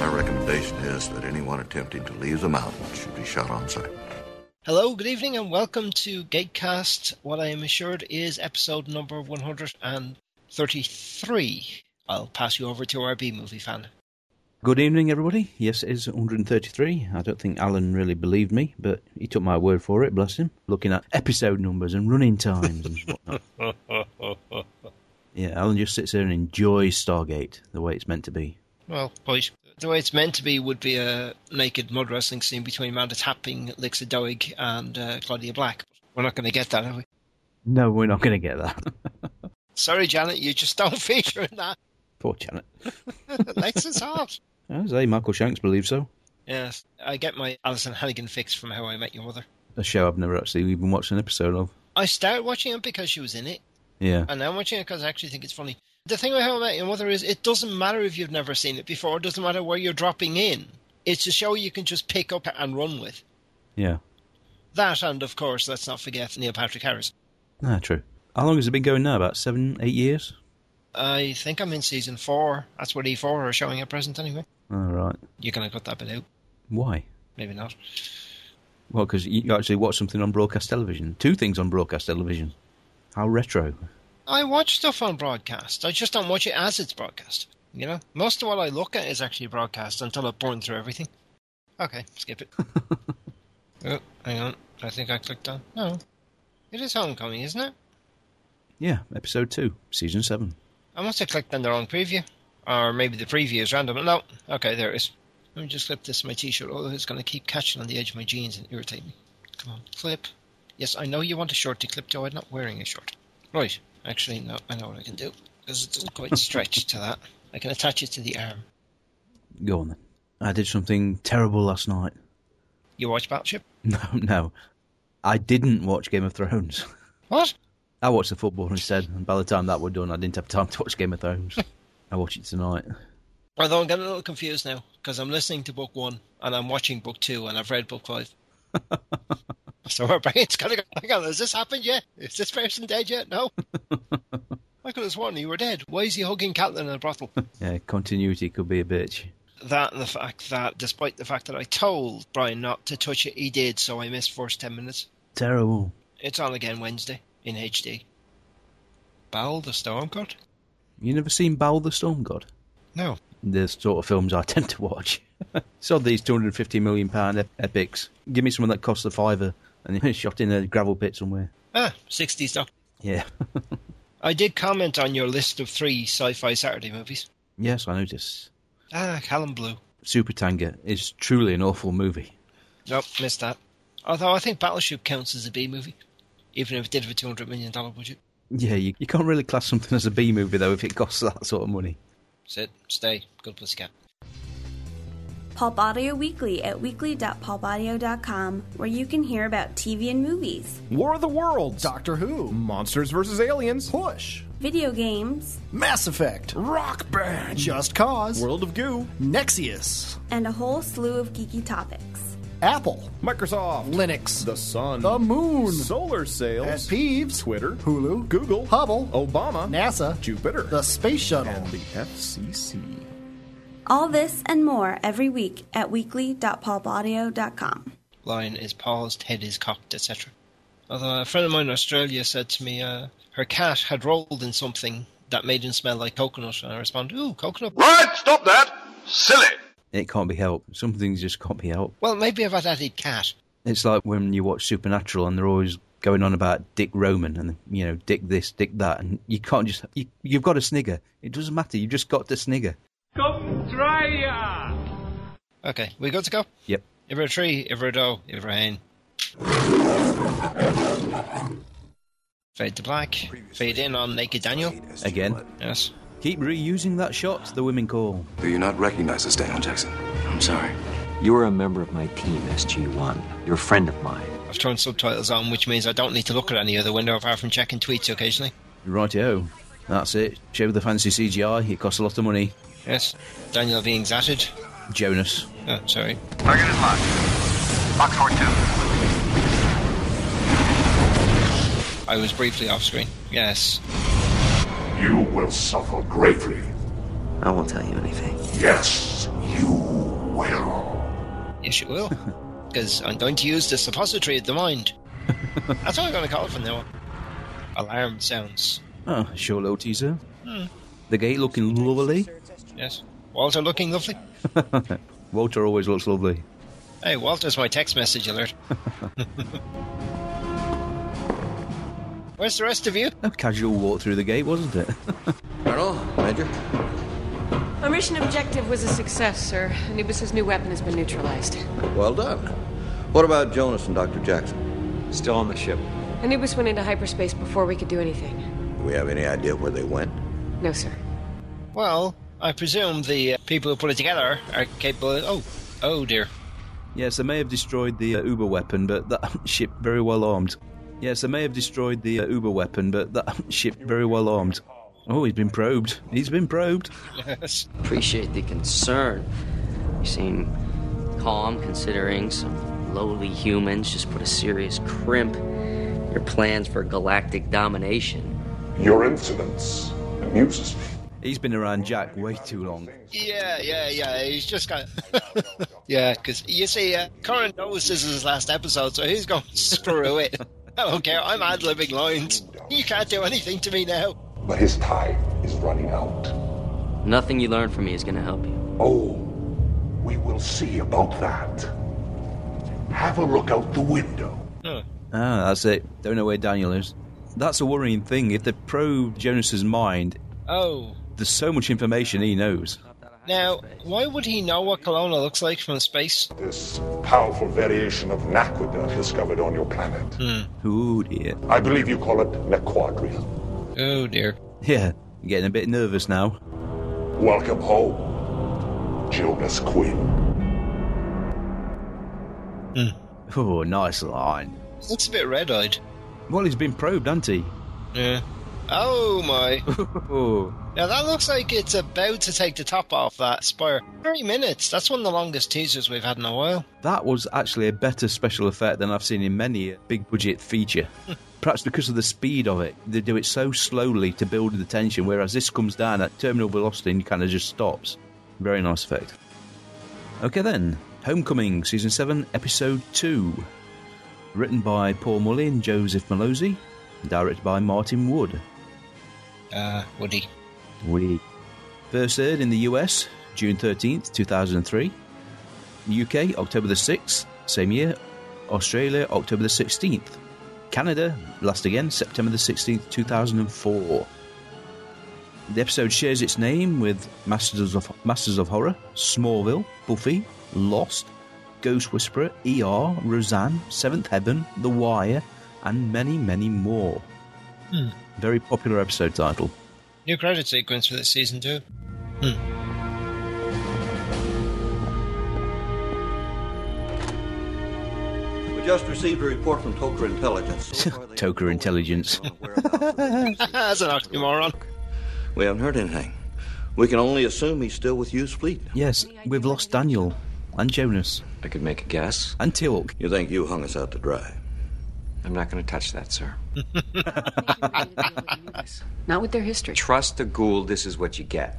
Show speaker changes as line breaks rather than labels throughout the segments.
my recommendation is that anyone attempting to leave the mountain should be shot on sight.
Hello, good evening, and welcome to Gatecast. What I am assured is episode number 133. I'll pass you over to our B movie fan.
Good evening, everybody. Yes, it is 133. I don't think Alan really believed me, but he took my word for it, bless him. Looking at episode numbers and running times and whatnot. yeah, Alan just sits there and enjoys Stargate the way it's meant to be.
Well, boys, the way it's meant to be would be a naked mud wrestling scene between Amanda Tapping, Lixa Doig, and uh, Claudia Black. We're not going to get that, are we?
No, we're not going to get that.
Sorry, Janet, you just don't feature in that.
Poor Janet.
Lexa's hard.
I say Michael Shanks believes so.
Yes, I get my Alison Hannigan fix from How I Met Your Mother.
A show I've never actually even watched an episode of.
I started watching it because she was in it,
Yeah.
and now I'm watching it because I actually think it's funny. The thing with How I Met Your Mother is it doesn't matter if you've never seen it before. It doesn't matter where you're dropping in. It's a show you can just pick up and run with.
Yeah.
That and of course, let's not forget Neil Patrick Harris.
Ah, true. How long has it been going now? About seven, eight years?
I think I'm in season four. That's what E4 are showing at present, anyway.
All right.
You're gonna cut that bit out?
Why?
Maybe not.
Well, because you actually watch something on broadcast television. Two things on broadcast television. How retro.
I watch stuff on broadcast. I just don't watch it as it's broadcast. You know, most of what I look at is actually broadcast until I've burned through everything. Okay, skip it. oh, hang on. I think I clicked on. No, it is Homecoming, isn't it?
Yeah, episode two, season seven.
I must have clicked on the wrong preview, or maybe the preview is random. No, okay, there it is. Let me just clip this on my T-shirt. Oh, it's going to keep catching on the edge of my jeans and irritate me. Come on, clip. Yes, I know you want a shorty clip, Joe. I'm not wearing a short. Right. Actually, no. I know what I can do because it doesn't quite stretch to that. I can attach it to the arm.
Go on then. I did something terrible last night.
You watch Battleship?
No, no. I didn't watch Game of Thrones.
What?
I watched the football instead, and by the time that were done, I didn't have time to watch Game of Thrones. I watch it tonight.
Although I'm getting a little confused now because I'm listening to book one and I'm watching book two and I've read book five. so my brain's kind of going, hang on, has this happened yet? Is this person dead yet? No. I could have sworn you were dead. Why is he hugging Catelyn in a brothel?
Yeah, continuity could be a bitch.
that and the fact that, despite the fact that I told Brian not to touch it, he did, so I missed first 10 minutes.
Terrible.
It's on again Wednesday in HD. Battle the Stormcourt?
You never seen Bowl the Storm God?
No.
The sort of films I tend to watch. so these two hundred fifty million pound ep- epics. Give me someone that costs a fiver and it's shot in a gravel pit somewhere.
Ah, 60s doc.
Yeah.
I did comment on your list of three sci fi Saturday movies.
yes, I noticed.
Ah, Callum Blue.
Super Tanger is truly an awful movie.
Nope, missed that. Although I think Battleship counts as a B movie, even if it did have a $200 million budget.
Yeah, you, you can't really class something as a B movie though if it costs that sort of money.
Sit, stay, good plus cat.
Pulp Audio Weekly at weekly.pulpaudio.com, where you can hear about TV and movies,
War of the Worlds, Doctor Who, Monsters vs. Aliens, Push,
video games,
Mass Effect, Rock Band, Just Cause, World of Goo, Nexius,
and a whole slew of geeky topics.
Apple,
Microsoft,
Linux,
the Sun,
the Moon,
solar
at
sales,
Peeves,
Twitter,
Hulu,
Google,
Hubble,
Obama,
NASA,
Jupiter,
the Space Shuttle.
and the FCC.
All this and more every week at weekly.pulpaudio.com.
Line is paused, head is cocked, etc. Although a friend of mine in Australia said to me uh, her cat had rolled in something that made him smell like coconut, and I responded, Ooh, coconut.
Right, stop that. Silly.
It can't be helped. Some things just can't be helped.
Well, maybe if I'd added cat.
It's like when you watch Supernatural and they're always going on about Dick Roman and you know Dick this, Dick that, and you can't just you, you've got to snigger. It doesn't matter. You've just got to snigger.
Okay, we good to go?
Yep.
Ever a tree, ever a doe, ever a hen. Fade to black, fade in on Naked Daniel.
Again.
Yes.
Keep reusing that shot. The women call.
Do you not recognize us, Daniel Jackson?
I'm
I'm sorry. You are a member of my team, SG1. You're a friend of mine.
I've turned subtitles on, which means I don't need to look at any other window apart from checking tweets occasionally.
Rightio. That's it. Show the fancy CGI. It costs a lot of money.
Yes. Daniel being zatted.
Jonas.
Oh, sorry.
Target is locked. Box 4-2.
I was briefly off screen. Yes.
You will suffer greatly.
I won't tell you anything.
Yes, you will.
Yes, you will. Because I'm going to use the suppository of the mind. That's what I'm going to call it from now on. Alarm sounds.
Ah, sure little teaser.
Hmm.
The gate looking lovely.
Yes. Walter looking lovely.
Walter always looks lovely.
Hey, Walter's my text message alert. Where's the rest of you?
A casual walk through the gate, wasn't it?
Colonel, Major.
Our mission objective was a success, sir. Anubis' new weapon has been neutralized.
Well done. What about Jonas and Dr. Jackson?
Still on the ship.
Anubis went into hyperspace before we could do anything.
Do we have any idea where they went?
No, sir.
Well, I presume the uh, people who put it together are capable. Of, oh, oh dear.
Yes, they may have destroyed the uh, Uber weapon, but that ship very well armed. Yes, they may have destroyed the uh, Uber weapon, but that ship very well armed. Oh, he's been probed. He's been probed.
Yes.
Appreciate the concern. You seem calm considering some lowly humans just put a serious crimp in your plans for galactic domination.
Your insolence amuses me.
He's been around Jack way too long.
Yeah, yeah, yeah. He's just got. yeah, because you see, uh, Corin knows this is his last episode, so he's going screw it. I don't care. I'm ad libbing lines. You can't do anything to me now.
But his time is running out.
Nothing you learn from me is going to help you.
Oh, we will see about that. Have a look out the window.
Ah, that's it. Don't know where Daniel is. That's a worrying thing. If they probe Jonas's mind,
Oh.
there's so much information he knows.
Now, why would he know what Kelowna looks like from space?
This powerful variation of Naquadra discovered on your planet.
Oh dear.
I believe you call it Nequadria.
Oh dear.
Yeah, I'm getting a bit nervous now.
Welcome home, Jonas Quinn.
Oh, nice line.
Looks a bit red eyed.
Well, he's been probed, hasn't he?
Yeah. Oh my.
Oh,
Now that looks like it's about to take the top off that spire. Three minutes. That's one of the longest teasers we've had in a while.
that was actually a better special effect than I've seen in many a big budget feature. Perhaps because of the speed of it, they do it so slowly to build the tension, whereas this comes down at terminal velocity and kind of just stops. Very nice effect. Okay, then. Homecoming, Season 7, Episode 2. Written by Paul Mully and Joseph Malozzi. Directed by Martin Wood.
Uh, Woody.
We first aired in the US June 13th, 2003. UK October the 6th, same year. Australia October the 16th. Canada last again September the 16th, 2004. The episode shares its name with Masters of Masters of Horror, Smallville, Buffy, Lost, Ghost Whisperer, ER, Roseanne, Seventh Heaven, The Wire, and many, many more.
Hmm.
Very popular episode title.
New credit sequence for this season too.
We just received a report from Toker Intelligence.
Toker Intelligence.
That's an oxymoron.
We haven't heard anything. We can only assume he's still with Hughes Fleet.
Yes, we've lost Daniel and Jonas
I could make a guess.
and Tilk.
You think you hung us out to dry?
I'm not going to touch that, sir.
Not with their history.
Trust the ghoul, this is what you get.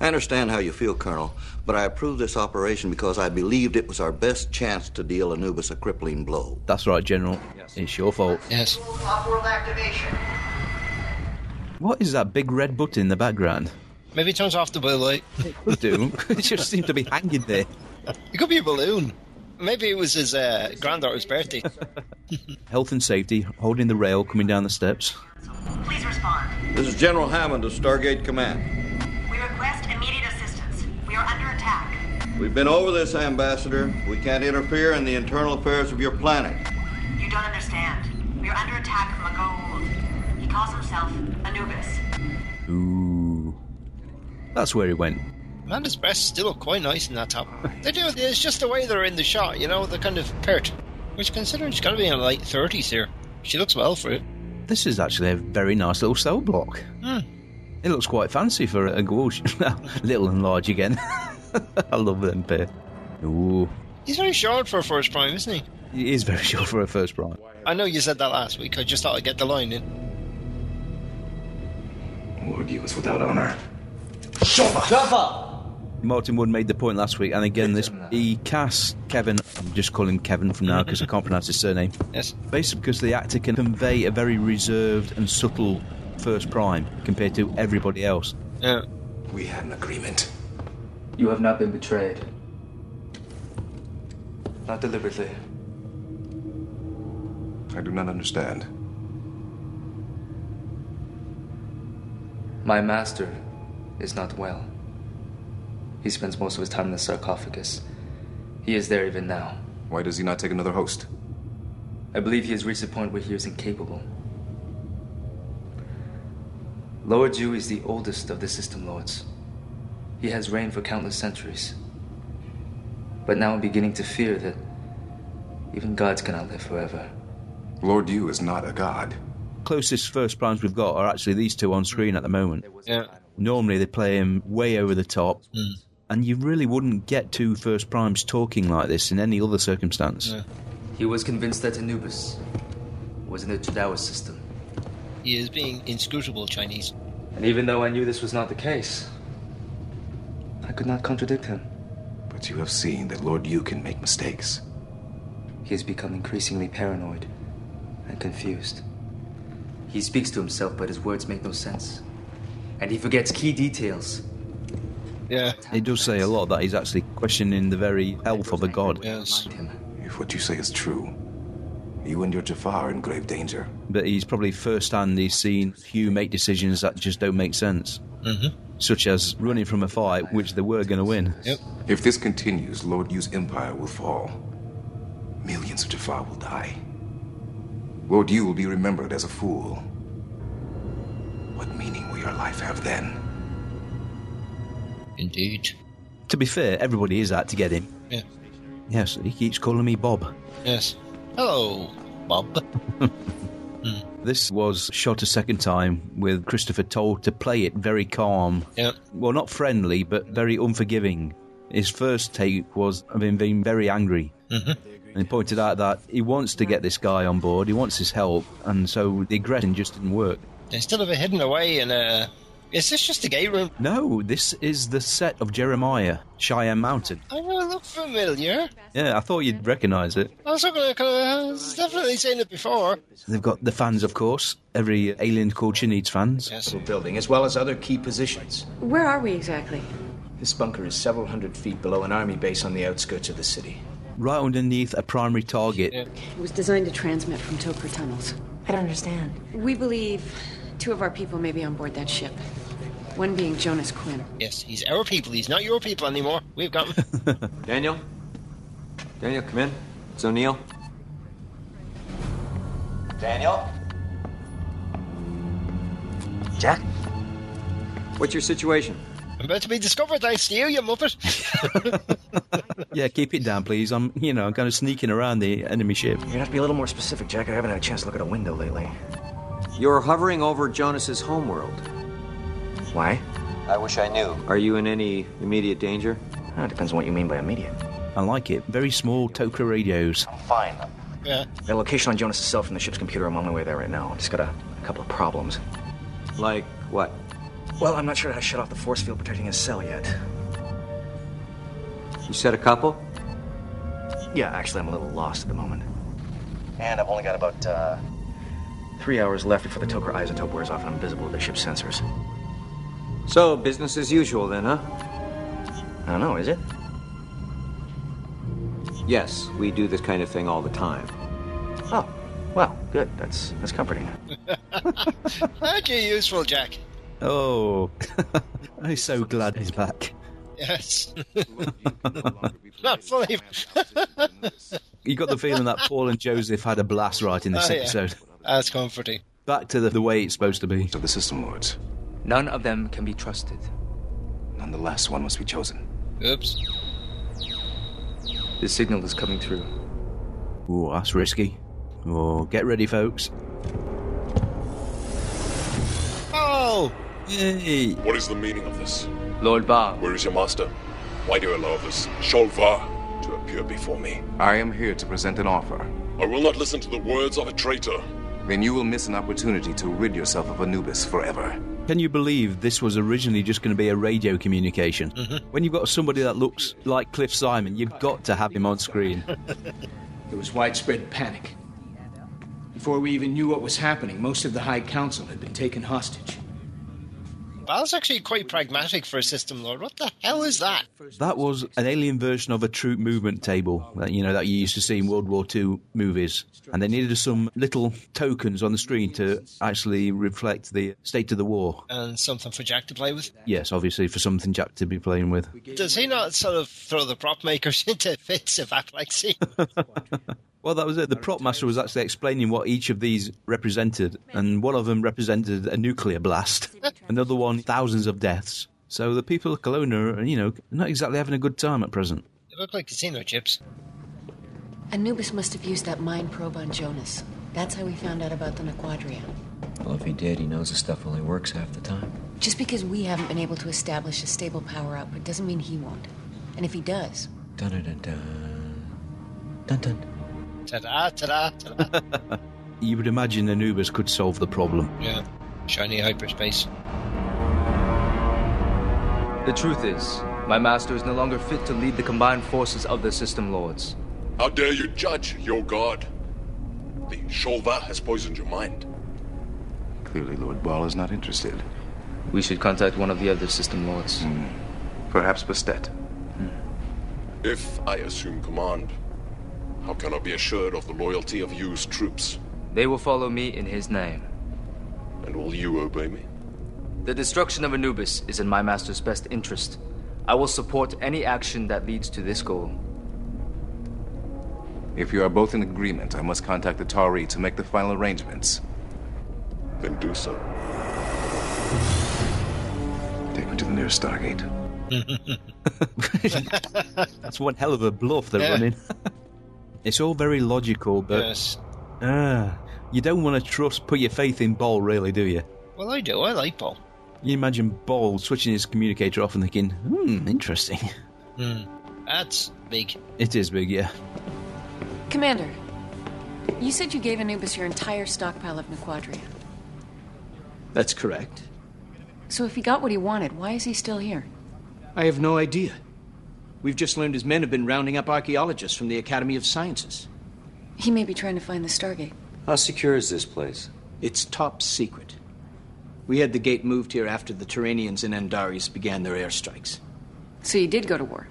I understand how you feel, Colonel, but I approved this operation because I believed it was our best chance to deal Anubis a crippling blow.
That's right, General. It's your fault.
Yes.
Off-world activation.
What is that big red button in the background?
Maybe it turns off the blue light.
Could do. it just seemed to be hanging there.
It could be a balloon. Maybe it was his uh, granddaughter's birthday.
Health and safety, holding the rail coming down the steps.
Please respond.
This is General Hammond of Stargate Command.
We request immediate assistance. We are under attack.
We've been over this, Ambassador. We can't interfere in the internal affairs of your planet.
You don't understand. We are under attack from a gold. He calls himself Anubis.
Ooh. That's where he went.
Amanda's breasts still look quite nice in that top. They do. It's just the way they're in the shot, you know. They're kind of pert. Which, considering she's got to be in her late thirties here, she looks well for it.
This is actually a very nice little cell block.
Hmm.
It looks quite fancy for a gouache. little and large again. I love them pair. Ooh,
He's very short for a first prime, isn't he?
it is very short for a first prime.
I know you said that last week. I just thought I'd get the line in.
Orgy was without honor.
Shut up!
Martin Wood made the point last week, and again, this he casts Kevin. I'm just calling him Kevin from now because I can't pronounce his surname.
Yes.
Basically, because the actor can convey a very reserved and subtle first prime compared to everybody else.
Yeah.
We had an agreement.
You have not been betrayed. Not deliberately.
I do not understand.
My master is not well. He spends most of his time in the sarcophagus. He is there even now.
Why does he not take another host?
I believe he has reached a point where he is incapable. Lord Yu is the oldest of the system lords. He has reigned for countless centuries. But now I'm beginning to fear that even gods cannot live forever.
Lord Yu is not a god.
Closest first primes we've got are actually these two on screen at the moment.
Yeah.
Normally, they play him way over the top, and you really wouldn't get two first primes talking like this in any other circumstance.
He was convinced that Anubis was in the Chadawa system.
He is being inscrutable Chinese.
And even though I knew this was not the case, I could not contradict him.
But you have seen that Lord Yu can make mistakes.
He has become increasingly paranoid and confused. He speaks to himself, but his words make no sense. And he forgets key details.
Yeah.
It does say a lot that he's actually questioning the very health of a god.
Yes.
If what you say is true, you and your Jafar are in grave danger.
But he's probably first hand he's seen Hugh make decisions that just don't make sense.
Mm-hmm.
Such as running from a fight, which they were going to win.
Yep.
If this continues, Lord Yu's empire will fall. Millions of Jafar will die. Lord Yu will be remembered as a fool. What meaning will your life have then?
Indeed.
To be fair, everybody is out to get him.
Yeah.
Yes, he keeps calling me Bob.
Yes. Hello, Bob.
Hmm. This was shot a second time with Christopher told to play it very calm.
Yeah.
Well, not friendly, but very unforgiving. His first take was of him being very angry. And he pointed out that he wants to get this guy on board, he wants his help, and so the aggression just didn't work.
They still have it hidden away in a. Is this just a gate room?
No, this is the set of Jeremiah, Cheyenne Mountain.
I know it looked familiar.
Yeah, I thought you'd recognise it.
I was, looking at, I was uh, definitely seen it before.
They've got the fans, of course. Every alien culture needs fans.
Building, as well as other key positions.
Where are we exactly?
This bunker is several hundred feet below an army base on the outskirts of the city.
Right underneath a primary target.
It was designed to transmit from Toker tunnels. I don't understand. We believe two of our people may be on board that ship. One being Jonas Quinn.
Yes, he's our people. He's not your people anymore. We've got him.
Daniel?
Daniel, come in. It's O'Neill.
Daniel?
Jack? What's your situation?
I'm about to be discovered. I see you, you muppet.
Yeah, keep it down, please. I'm, you know, kind of sneaking around the enemy ship.
You're gonna have to be a little more specific, Jack. I haven't had a chance to look at a window lately.
You're hovering over Jonas's homeworld.
Why?
I wish I knew. Are you in any immediate danger?
Ah,
It depends on what you mean by immediate.
I like it. Very small Toka radios.
Fine.
Yeah.
The location on Jonas' cell from the ship's computer. I'm on my way there right now. Just got a, a couple of problems.
Like what?
Well, I'm not sure how to shut off the force field protecting his cell yet.
You said a couple?
Yeah, actually, I'm a little lost at the moment. And I've only got about uh, three hours left before the Toker isotope wears off and I'm visible to the ship's sensors.
So, business as usual then, huh?
I don't know, is it?
Yes, we do this kind of thing all the time.
Oh, well, good. That's that's comforting.
Aren't you useful, Jack?
Oh, I'm so glad he's back.
Yes. not fully.
You got the feeling that Paul and Joseph had a blast writing this
Oh, yeah.
episode.
That's comforting.
Back to the, the way it's supposed to be.
Of the system lords.
None of them can be trusted.
Nonetheless, one must be chosen.
Oops.
The signal is coming through.
Ooh, that's risky. Oh, get ready, folks.
Oh!
Yay!
What is the meaning of this?
Lord Ba,
Where is your master? Why do you allow this Sholvar to appear before me?
I am here to present an offer.
I will not listen to the words of a traitor.
Then you will miss an opportunity to rid yourself of Anubis forever.
Can you believe this was originally just going to be a radio communication?
Mm-hmm.
When you've got somebody that looks like Cliff Simon, you've got to have him on screen.
There was widespread panic. Before we even knew what was happening, most of the High Council had been taken hostage.
Val's actually quite pragmatic for a system lord. What the hell is that?
That was an alien version of a troop movement table that you know that you used to see in World War II movies, and they needed some little tokens on the screen to actually reflect the state of the war.
And something for Jack to play with.
Yes, obviously for something Jack to be playing with.
Does he not sort of throw the prop makers into fits of apoplexy?
Well, that was it. The prop master was actually explaining what each of these represented, and one of them represented a nuclear blast, another one thousands of deaths. So the people of Kelowna are, you know, not exactly having a good time at present.
They look like casino chips.
Anubis must have used that mind probe on Jonas. That's how we found out about the Nequadria.
Well, if he did, he knows his stuff only works half the time.
Just because we haven't been able to establish a stable power output doesn't mean he won't. And if he does,
Dun dun dun dun dun.
Ta-da, ta-da, ta-da.
You would imagine Anubis could solve the problem.
yeah. Shiny hyperspace.
The truth is, my master is no longer fit to lead the combined forces of the system lords.
How dare you judge your god? The Sholvar has poisoned your mind.
Clearly, Lord Ball is not interested.
We should contact one of the other system lords.
Hmm. Perhaps Bastet.
If I assume command, how can I be assured of the loyalty of Yu's troops?
They will follow me in his name.
And will you obey me?
The destruction of Anubis is in my master's best interest. I will support any action that leads to this goal.
If you are both in agreement, I must contact the Tari to make the final arrangements.
Then do so.
Take me to the nearest Stargate.
That's one hell of a bluff they're
Yeah.
running. it's all very logical, but
Yes.
Ah, you don't want to trust, put your faith in Ball, really, do you?
Well, I do. I like Paul.
You imagine Ball switching his communicator off and thinking, hmm, interesting.
Hmm. That's big.
It is big, yeah.
Commander, you said you gave Anubis your entire stockpile of Nequadria.
That's correct.
So if he got what he wanted, why is he still here?
I have no idea. We've just learned his men have been rounding up archaeologists from the Academy of Sciences.
He may be trying to find the Stargate.
How secure is this place? It's top secret. We had the gate moved here after the Turanians and Andaris began their airstrikes.
So you did go to war.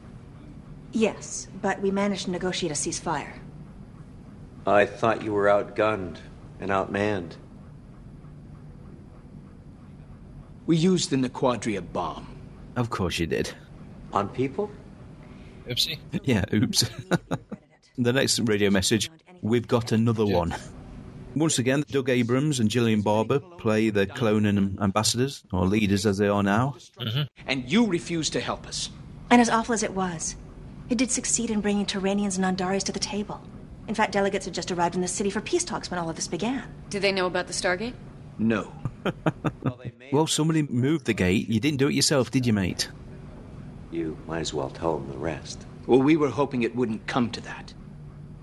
Yes, but we managed to negotiate a ceasefire.
I thought you were outgunned and outmanned.
We used the Nequadria bomb.
Of course you did.
On people?
Oopsie.
Yeah, oops. the next radio message we've got another one. Once again, Doug Abrams and Gillian Barber play the Clonan ambassadors, or leaders as they are now.
And you refused to help us.
And as awful as it was, it did succeed in bringing Turanians and Andaris to the table. In fact, delegates had just arrived in the city for peace talks when all of this began.
Did they know about the Stargate?
No.
Well, somebody moved the gate. You didn't do it yourself, did you, mate?
You might as well tell them the rest.
Well, we were hoping it wouldn't come to that.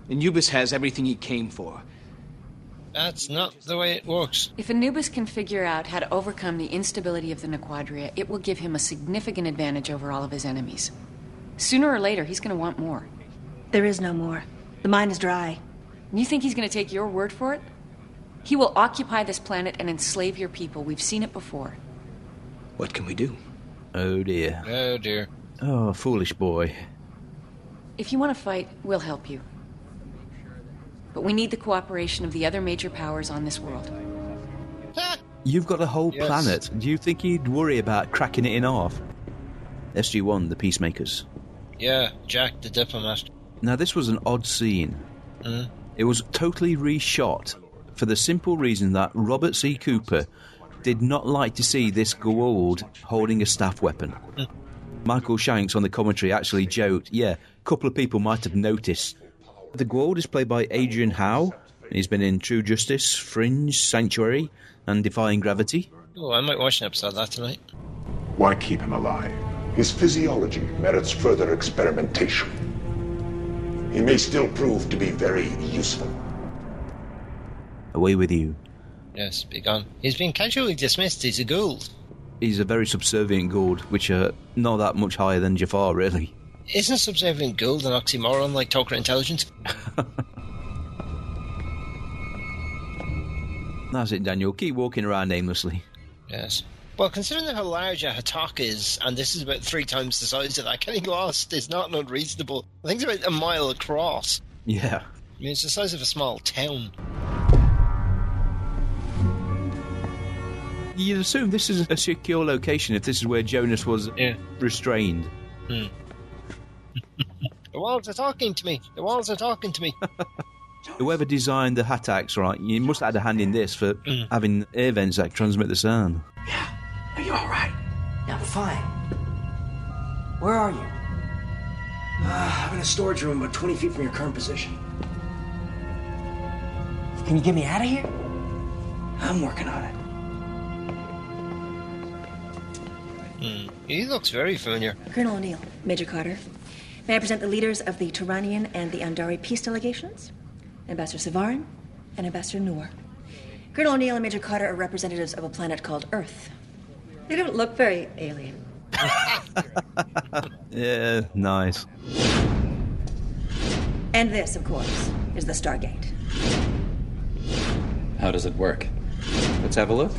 Anubis has everything he came for.
That's not the way it works.
If Anubis can figure out how to overcome the instability of the Nequadria, it will give him a significant advantage over all of his enemies. Sooner or later, he's going to want more.
There is no more. The mine is dry.
You think he's going to take your word for it? He will occupy this planet and enslave your people. We've seen it before.
What can we do?
Oh, dear.
Oh, dear.
Oh, foolish boy.
If you want to fight, we'll help you. But we need the cooperation of the other major powers on this world.
You've got a whole
Yes.
planet. Do you think he'd worry about cracking it in half? SG1, the Peacemakers.
Yeah, Jack the diplomat.
Now, this was an odd scene.
Mm.
It was totally reshot for the simple reason that Robert C. Cooper did not like to see this Gould holding a staff weapon. Michael Shanks on the commentary actually joked, yeah, a couple of people might have noticed. The Gwald is played by Adrian Howe. He's been in True Justice, Fringe, Sanctuary, and Defying Gravity.
Oh, I might watch an episode of that tonight.
Why keep him alive? His physiology merits further experimentation. He may still prove to be very useful.
Away with you.
Yes, be gone. He's been casually dismissed. He's a ghoul.
He's a very subservient Gould, which are not that much higher than Jafar, really.
Isn't subservient gold an oxymoron like talker intelligence?
That's it, Daniel. Keep walking around aimlessly.
Yes. Well, considering how large a Hatak is, and this is about three times the size of that, getting lost is not unreasonable. I think it's about a mile across.
Yeah.
I mean, it's the size of a small town.
You'd assume this is a secure location if this is where Jonas was restrained.
Hmm. The walls are talking to me. The walls are talking to me.
Whoever designed the Hattacks, right, you must have had a hand in this for having air vents that transmit the sound.
Are you all right? I'm fine. Where are you? Uh, I'm in a storage room about 20 feet from your current position. Can you get me out of here? I'm working on it.
Hmm. He looks very familiar.
Colonel O'Neill, Major Carter, may I present the leaders of the Turanian and the Andari peace delegations? Ambassador Savarin and Ambassador Noor. Colonel O'Neill and Major Carter are representatives of a planet called Earth. They don't look very alien.
Yeah, nice.
And this, of course, is the Stargate.
How does it work? Let's have a look.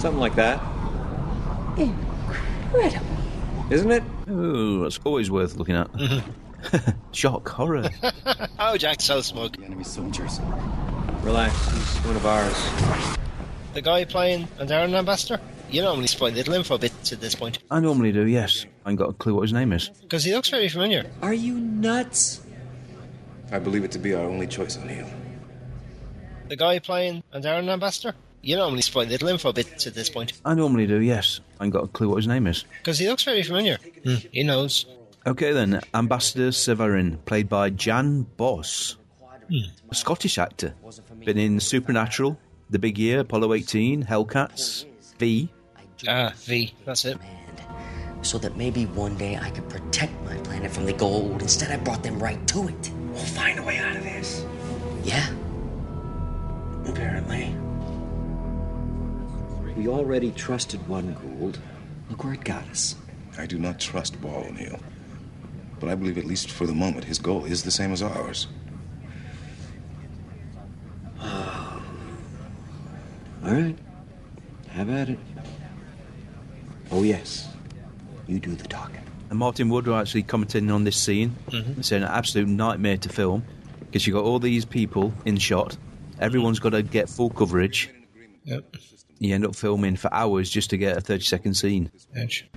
Something like that,
Incredible.
Isn't it? Oh, that's always worth looking at. Shock, horror.
oh, Jack, so smoke.
enemy soldiers. Relax, he's one of ours.
The guy playing Andaran Ambassador? You normally spoil little info bits at this point.
I normally do, yes. I ain't got a clue what his name is.
Because he looks very familiar.
Are you nuts?
I believe it to be our only choice, O'Neill.
The guy playing Andaran Ambassador? You normally spoil little info bits at this point.
I normally do, yes. I ain't got a clue what his name is.
Because he looks very familiar. He knows.
Okay then, Ambassador Severin, played by Jan Boss,
Hmm.
a Scottish actor. Been in Supernatural, The Big Year, Apollo 18, Hellcats, V.
Ah, V, that's it.
So that maybe one day I could protect my planet from the gold. Instead, I brought them right to it. We'll find a way out of this. Yeah? Apparently.
We already trusted one Gould. Look where it got us. I do not trust Ball O'Neill. But I believe, at least for the moment, his goal is the same as ours.
All right. Have at it.
Oh, yes. You do the talking. And Martin Wood were actually commenting on this scene.
Mhm.
It's an absolute nightmare to film because you've got all these people in shot. Everyone's got to get full coverage.
Yep.
You end up filming for hours just to get a 30 second scene.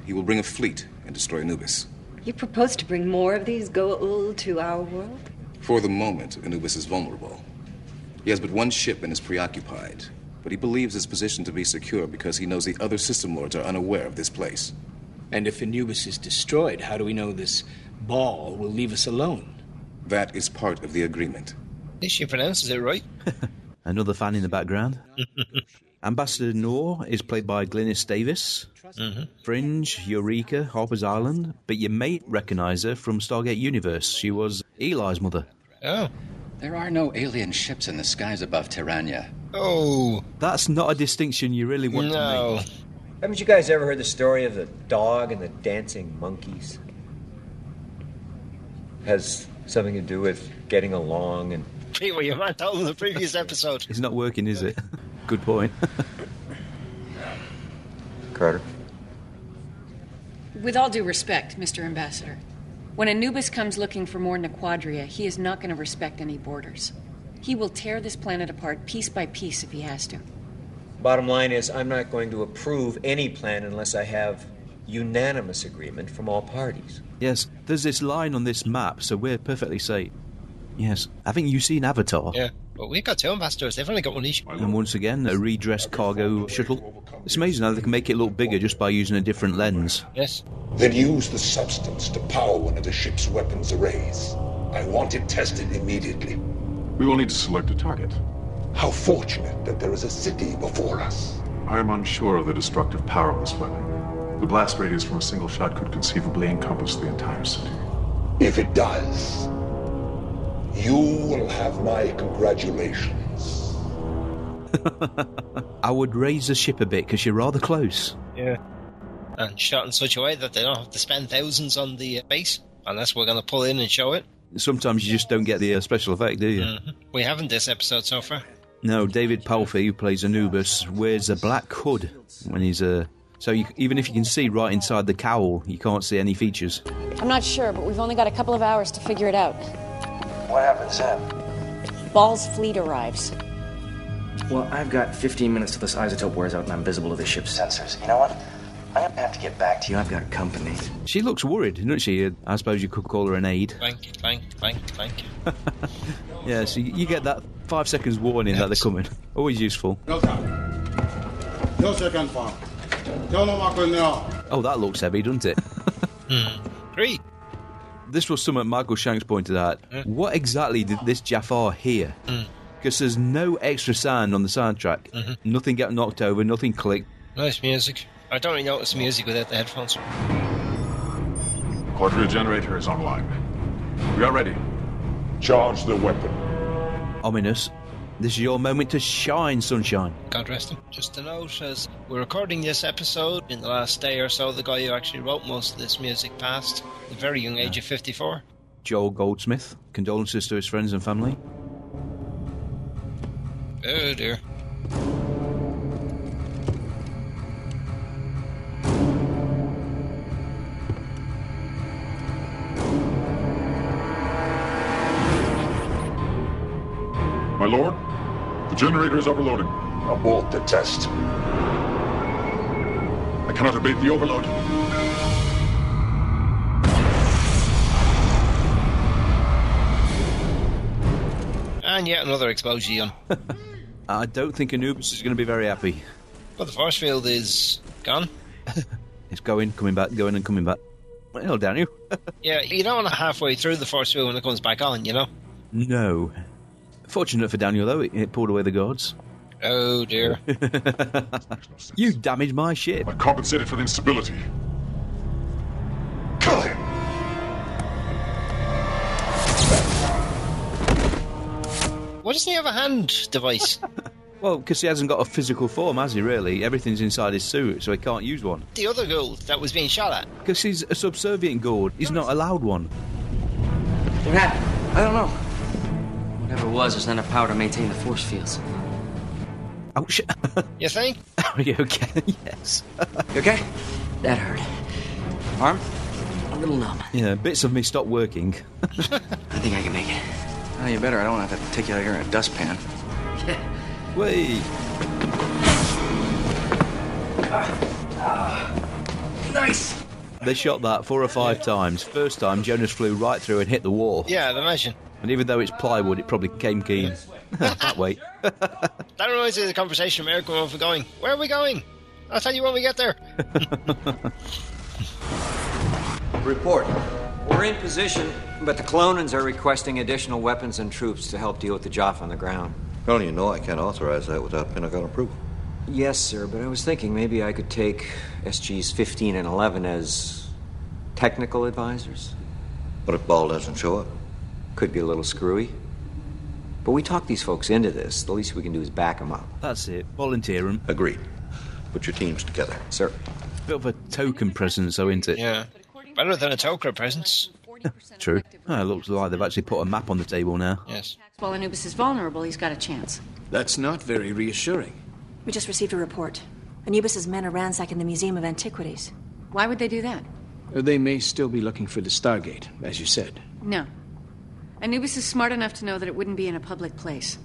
He will bring a fleet and destroy Anubis.
You propose to bring more of these Goa'uld to our world?
For the moment, Anubis is vulnerable. He has but one ship and is preoccupied. But he believes his position to be secure because he knows the other system lords are unaware of this place.
And if Anubis is destroyed, how do we know this ball will leave us alone?
That is part of the agreement.
At least she pronounces it right.
Another fan in the background.
Mm.
Ambassador Noor is played by Glynis Davis.
Mm-hmm.
Mhm.
Fringe, Eureka, Harper's Island, but you may recognise her from Stargate Universe. She was Eli's mother.
Oh.
There are no alien ships in the skies above Tirania.
Oh.
That's not a distinction you really want to make.
Haven't you guys ever heard the story of the dog and the dancing monkeys? Has something to do with getting along and
Pete, well, you might tell them the previous episode.
It's not working, is it? Good point.
Carter.
With all due respect, Mr. Ambassador, when Anubis comes looking for more Nequadria, he is not going to respect any borders. He will tear this planet apart piece by piece if he has to.
Bottom line is, I'm not going to approve any plan unless I have unanimous agreement from all parties.
Yes, there's this line on this map, so we're perfectly safe. Yes, haven't you seen Avatar?
Yeah. But we've got two ambassadors. They've only got one each.
And once again, a redressed cargo shuttle. It's amazing how they can make it look bigger just by using a different lens.
Yes.
Then use the substance to power one of the ship's weapons arrays. I want it tested immediately.
We will need to select a target.
How fortunate that there is a city before us.
I am unsure of the destructive power of this weapon. The blast radius from a single shot could conceivably encompass the entire city.
If it does, you will have my congratulations.
I would raise the ship a bit because you're rather close.
Yeah. And shot in such a way that they don't have to spend thousands on the uh, base, unless we're going to pull in and show it.
Sometimes you just don't get the uh, special effect, do you?
Mhm. We haven't this episode so far.
No, David Palfrey, who plays Anubis, wears a black hood when he's Uh, so you, even if you can see right inside the cowl, you can't see any features.
I'm not sure, but we've only got a couple of hours to figure it out.
What happens then?
Ball's fleet arrives.
Well, I've got 15 minutes till this isotope wears out and I'm visible to the ship's sensors.
You know what? I'm gonna have to get back to you.
I've got company.
She looks worried, doesn't she? I suppose you could call her an aide.
Thank you, thank you, thank you, thank you.
Yeah, so you get that five seconds warning that they're coming. Always useful.
No time. No second farm. Tell them I can now.
Oh, that looks heavy, doesn't it?
Three.
This was something Michael Shanks pointed out. What exactly did this Jafar hear?
Hmm.
Because there's no extra sound on the soundtrack.
Mhm.
Nothing got knocked over, nothing clicked.
Nice music. I don't really notice music without the headphones.
Quadria generator is online. We are ready.
Charge the weapon.
Ominous. This is your moment to shine, sunshine.
God rest him. Just a note as we're recording this episode, in the last day or so, the guy who actually wrote most of this music passed at the very young age of 54.
Joel Goldsmith. Condolences to his friends and family.
Oh dear.
My lord, the generator is overloading.
Abort the test.
I cannot abate the overload.
And yet another explosion.
I don't think Anubis is going to be very happy.
But the force field is gone.
It's going, coming back, going and coming back. Well, Daniel.
Yeah, you don't want to halfway through the force field when it comes back on, you know?
No. Fortunate for Daniel, though, it, it pulled away the guards.
Oh dear.
you damaged my ship.
I compensated for the instability. Kill him!
Why doesn't he have a hand device?
Well, because he hasn't got a physical form, has he, really? Everything's inside his suit, so he can't use one.
the other girl that was being shot at.
Because he's a subservient gourd, he's not allowed one.
What happened? I don't know. Whatever it was, there's not enough power to maintain the force fields.
Oh, shit.
You think?
Are you okay? yes.
You okay? That hurt. Arm? A little numb.
Yeah, bits of me stopped working.
I think I can make it.
Oh, you better. I don't want to have to take you out here in a dustpan.
Wait.
Nice!
They shot that four or five times. First time, Jonas flew right through and hit the wall.
Yeah, I'd imagine.
And even though it's plywood, it probably came keen. that way.
That reminds me of the conversation from Eric when we were going. Where are we going? I'll tell you when we get there.
Report.
We're
in position.
But the Clonans are requesting additional weapons and troops to help deal with the Jaffa on the ground.
Colonel, you know I can't authorize that without Pentagon approval.
Yes, sir, but I was thinking maybe I could take SGs 15 and 11 as technical advisors.
But if Ball doesn't show up?
Could be a little screwy. But we talked these folks into this. The least we can do is back them up.
That's it. Volunteer them.
Agreed. Put your teams together.
Sir.
Bit of a token presence, though, isn't it?
Yeah. Better than a Tokra presence.
True. Ah, it looks like they've actually put a map on the table now.
Yes.
While Anubis is vulnerable, he's got a chance.
That's not very reassuring.
We just received a report. Anubis's men are ransacking the Museum of Antiquities.
Why would they do that?
They may still be looking for the Stargate, as you said.
No. Anubis is smart enough to know that it wouldn't be in a public place.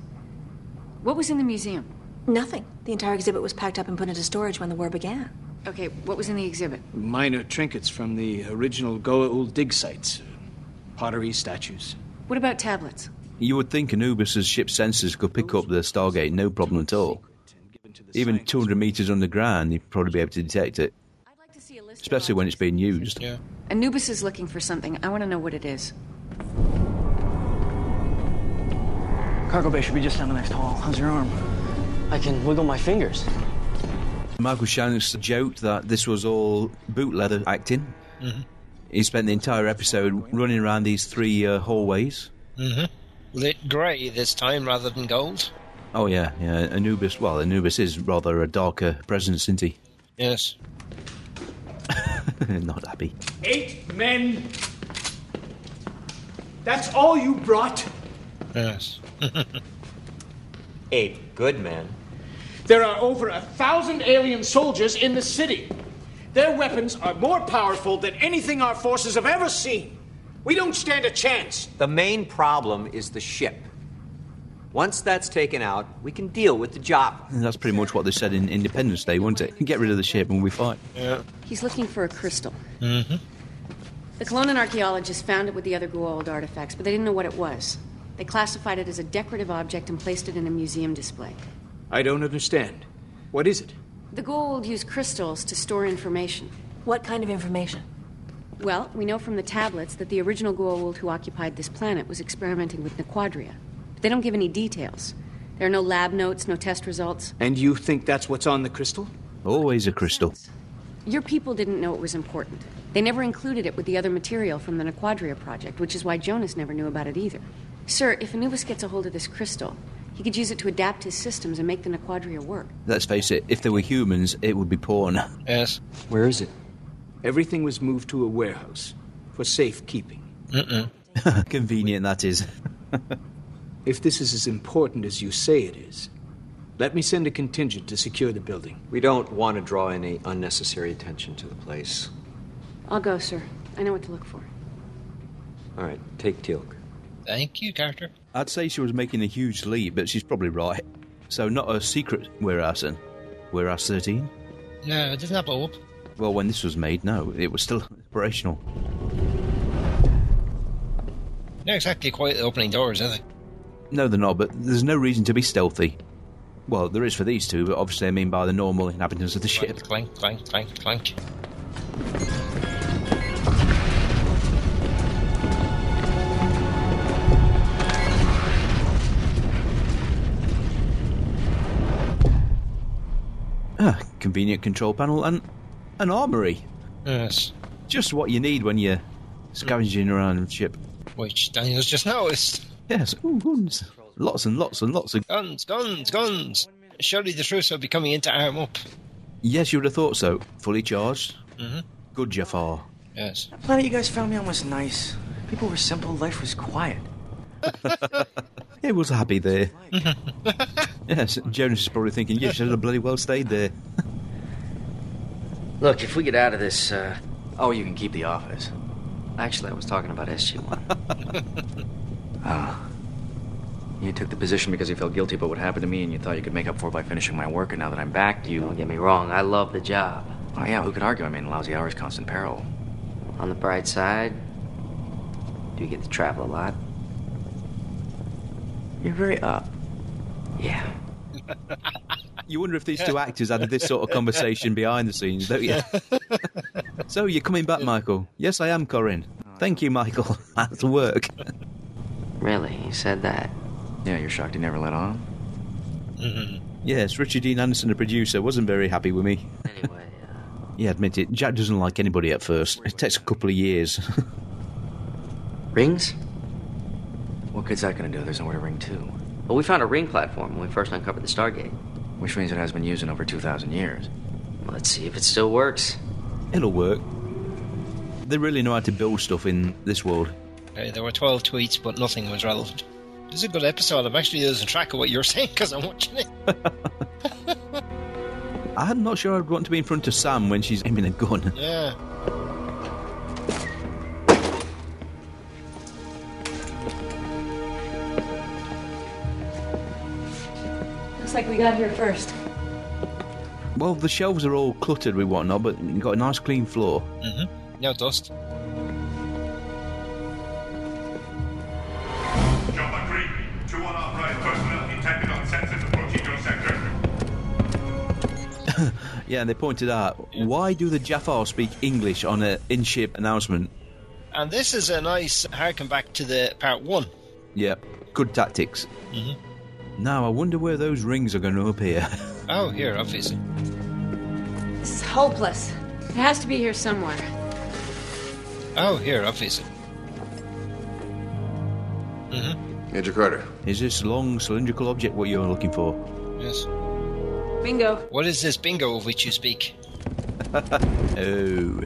What was in the museum?
Nothing. The entire exhibit was packed up and put into storage when the war began.
Okay, what was in the exhibit?
Minor trinkets from the original Goa'uld dig sites pottery, statues.
What about tablets?
You would think Anubis' ship sensors could pick up the Stargate no problem at all. Even 200 meters underground, you'd probably be able to detect it, especially when it's being used.
Yeah.
Anubis is looking for something. I want to know what it is.
Cargo bay should be just down the next hall. How's your arm? I can wiggle my fingers.
Michael Shannon's joked that this was all boot leather acting.
Mm-hmm.
He spent the entire episode running around these three uh, hallways.
hmm Lit grey this time rather than gold.
Oh, yeah, yeah. Anubis, well, Anubis is rather a darker presence, isn't he?
Yes.
Not happy.
Eight men. That's all you brought?
Yes.
Eight good men.
There are over a thousand alien soldiers in the city. Their weapons are more powerful than anything our forces have ever seen. We don't stand a chance.
The main problem is the ship. Once that's taken out, we can deal with the job.
That's pretty much what they said in Independence Day, wasn't it? Get rid of the ship and we fight.
Yeah.
He's looking for a crystal.
Mm-hmm.
The Colonan archaeologists found it with the other Gua'uld artifacts, but they didn't know what it was. They classified it as a decorative object and placed it in a museum display.
I don't understand. What is it?
The Gua'uld use crystals to store information.
What kind of information?
Well, we know from the tablets that the original Goa'uld who occupied this planet was experimenting with Nequadria. But they don't give any details. There are no lab notes, no test results.
And you think that's what's on the crystal?
Always a crystal.
Your people didn't know it was important. They never included it with the other material from the Nequadria project, which is why Jonas never knew about it either. Sir, if Anubis gets a hold of this crystal, he could use it to adapt his systems and make the Nequadria work.
Let's face it, if they were humans, it would be porn.
Yes.
Where is it? Everything was moved to a warehouse for safekeeping.
Mm-mm.
Convenient that is.
If this is as important as you say it is, let me send a contingent to secure the building.
We don't want to draw any unnecessary attention to the place.
I'll go, sir. I know what to look for.
All right, take Teal.
Thank you, Carter.
I'd say she was making a huge leap, but she's probably right. So not a secret Whereas Whereas 13?
No, it doesn't have bulb.
Well, when this was made, no, it was still operational.
They're exactly quite opening doors, are they?
No, they're not, but there's no reason to be stealthy. Well, there is for these two, but obviously I mean by the normal inhabitants of the ship.
Clank, clank, clank, clank.
Ah, convenient control panel and an armory.
Yes.
Just what you need when you're scavenging around a ship.
Which Daniel's just noticed.
Yes, ooh, guns. Lots and lots and lots of.
Guns, guns, guns. Surely the troops will be coming in to arm up.
Yes, you would have thought so. Fully charged.
Mm-hmm.
Good Jafar.
Yes.
The planet you guys found me on was nice. People were simple, life was quiet.
It was happy there. yes, Jonas is probably thinking, yes, should have bloody well stayed there.
Look, if we get out of this, uh,
Oh, you can keep the office.
actually, I was talking about SG1.
Ah. You took the position because you felt guilty about what happened to me and you thought you could make up for it by finishing my work, and now that I'm back, you. Don't
get me wrong, I love the job.
Oh, yeah, who could argue? I mean, lousy hours, constant peril.
On the bright side, do you get to travel a lot?
You're very up.
Yeah.
You wonder if these two actors had this sort of conversation behind the scenes, don't you? so you're coming back, Michael? Yes, I am, Corinne. Thank you, Michael. That's work.
Really, you said that.
Yeah, you're shocked you never let on?
Mm-hmm.
Yes, Richard Dean Anderson, the producer, wasn't very happy with me.
Anyway,
He admitted Jack doesn't like anybody at first. It takes a couple of years.
Rings?
What good's that gonna do? There's nowhere to ring to.
Well, we found a ring platform when we first uncovered the Stargate.
Which means it has been used in over 2,000 years.
Let's see if it still works.
It'll work. They really know how to build stuff in this world.
Okay, there were 12 tweets, but nothing was relevant. This is a good episode. I'm actually losing track of what you're saying because I'm watching it.
I'm not sure I'd want to be in front of Sam when she's aiming a gun.
Yeah.
Looks like we got here first.
Well, the shelves are all cluttered with whatnot, but you've got a nice clean floor.
Mm-hmm. No dust.
Jump agree.
yeah, and they pointed out why do the Jaffar speak English on an in-ship announcement?
And this is a nice harken back to the part one.
Yeah, good tactics. Now I wonder where those rings are going to appear.
Oh, here, obviously.
This is hopeless. It has to be here somewhere.
Oh, here, obviously.
Major Carter.
Is this long cylindrical object what you're looking for?
Yes.
Bingo.
What is this bingo of which you speak?
oh.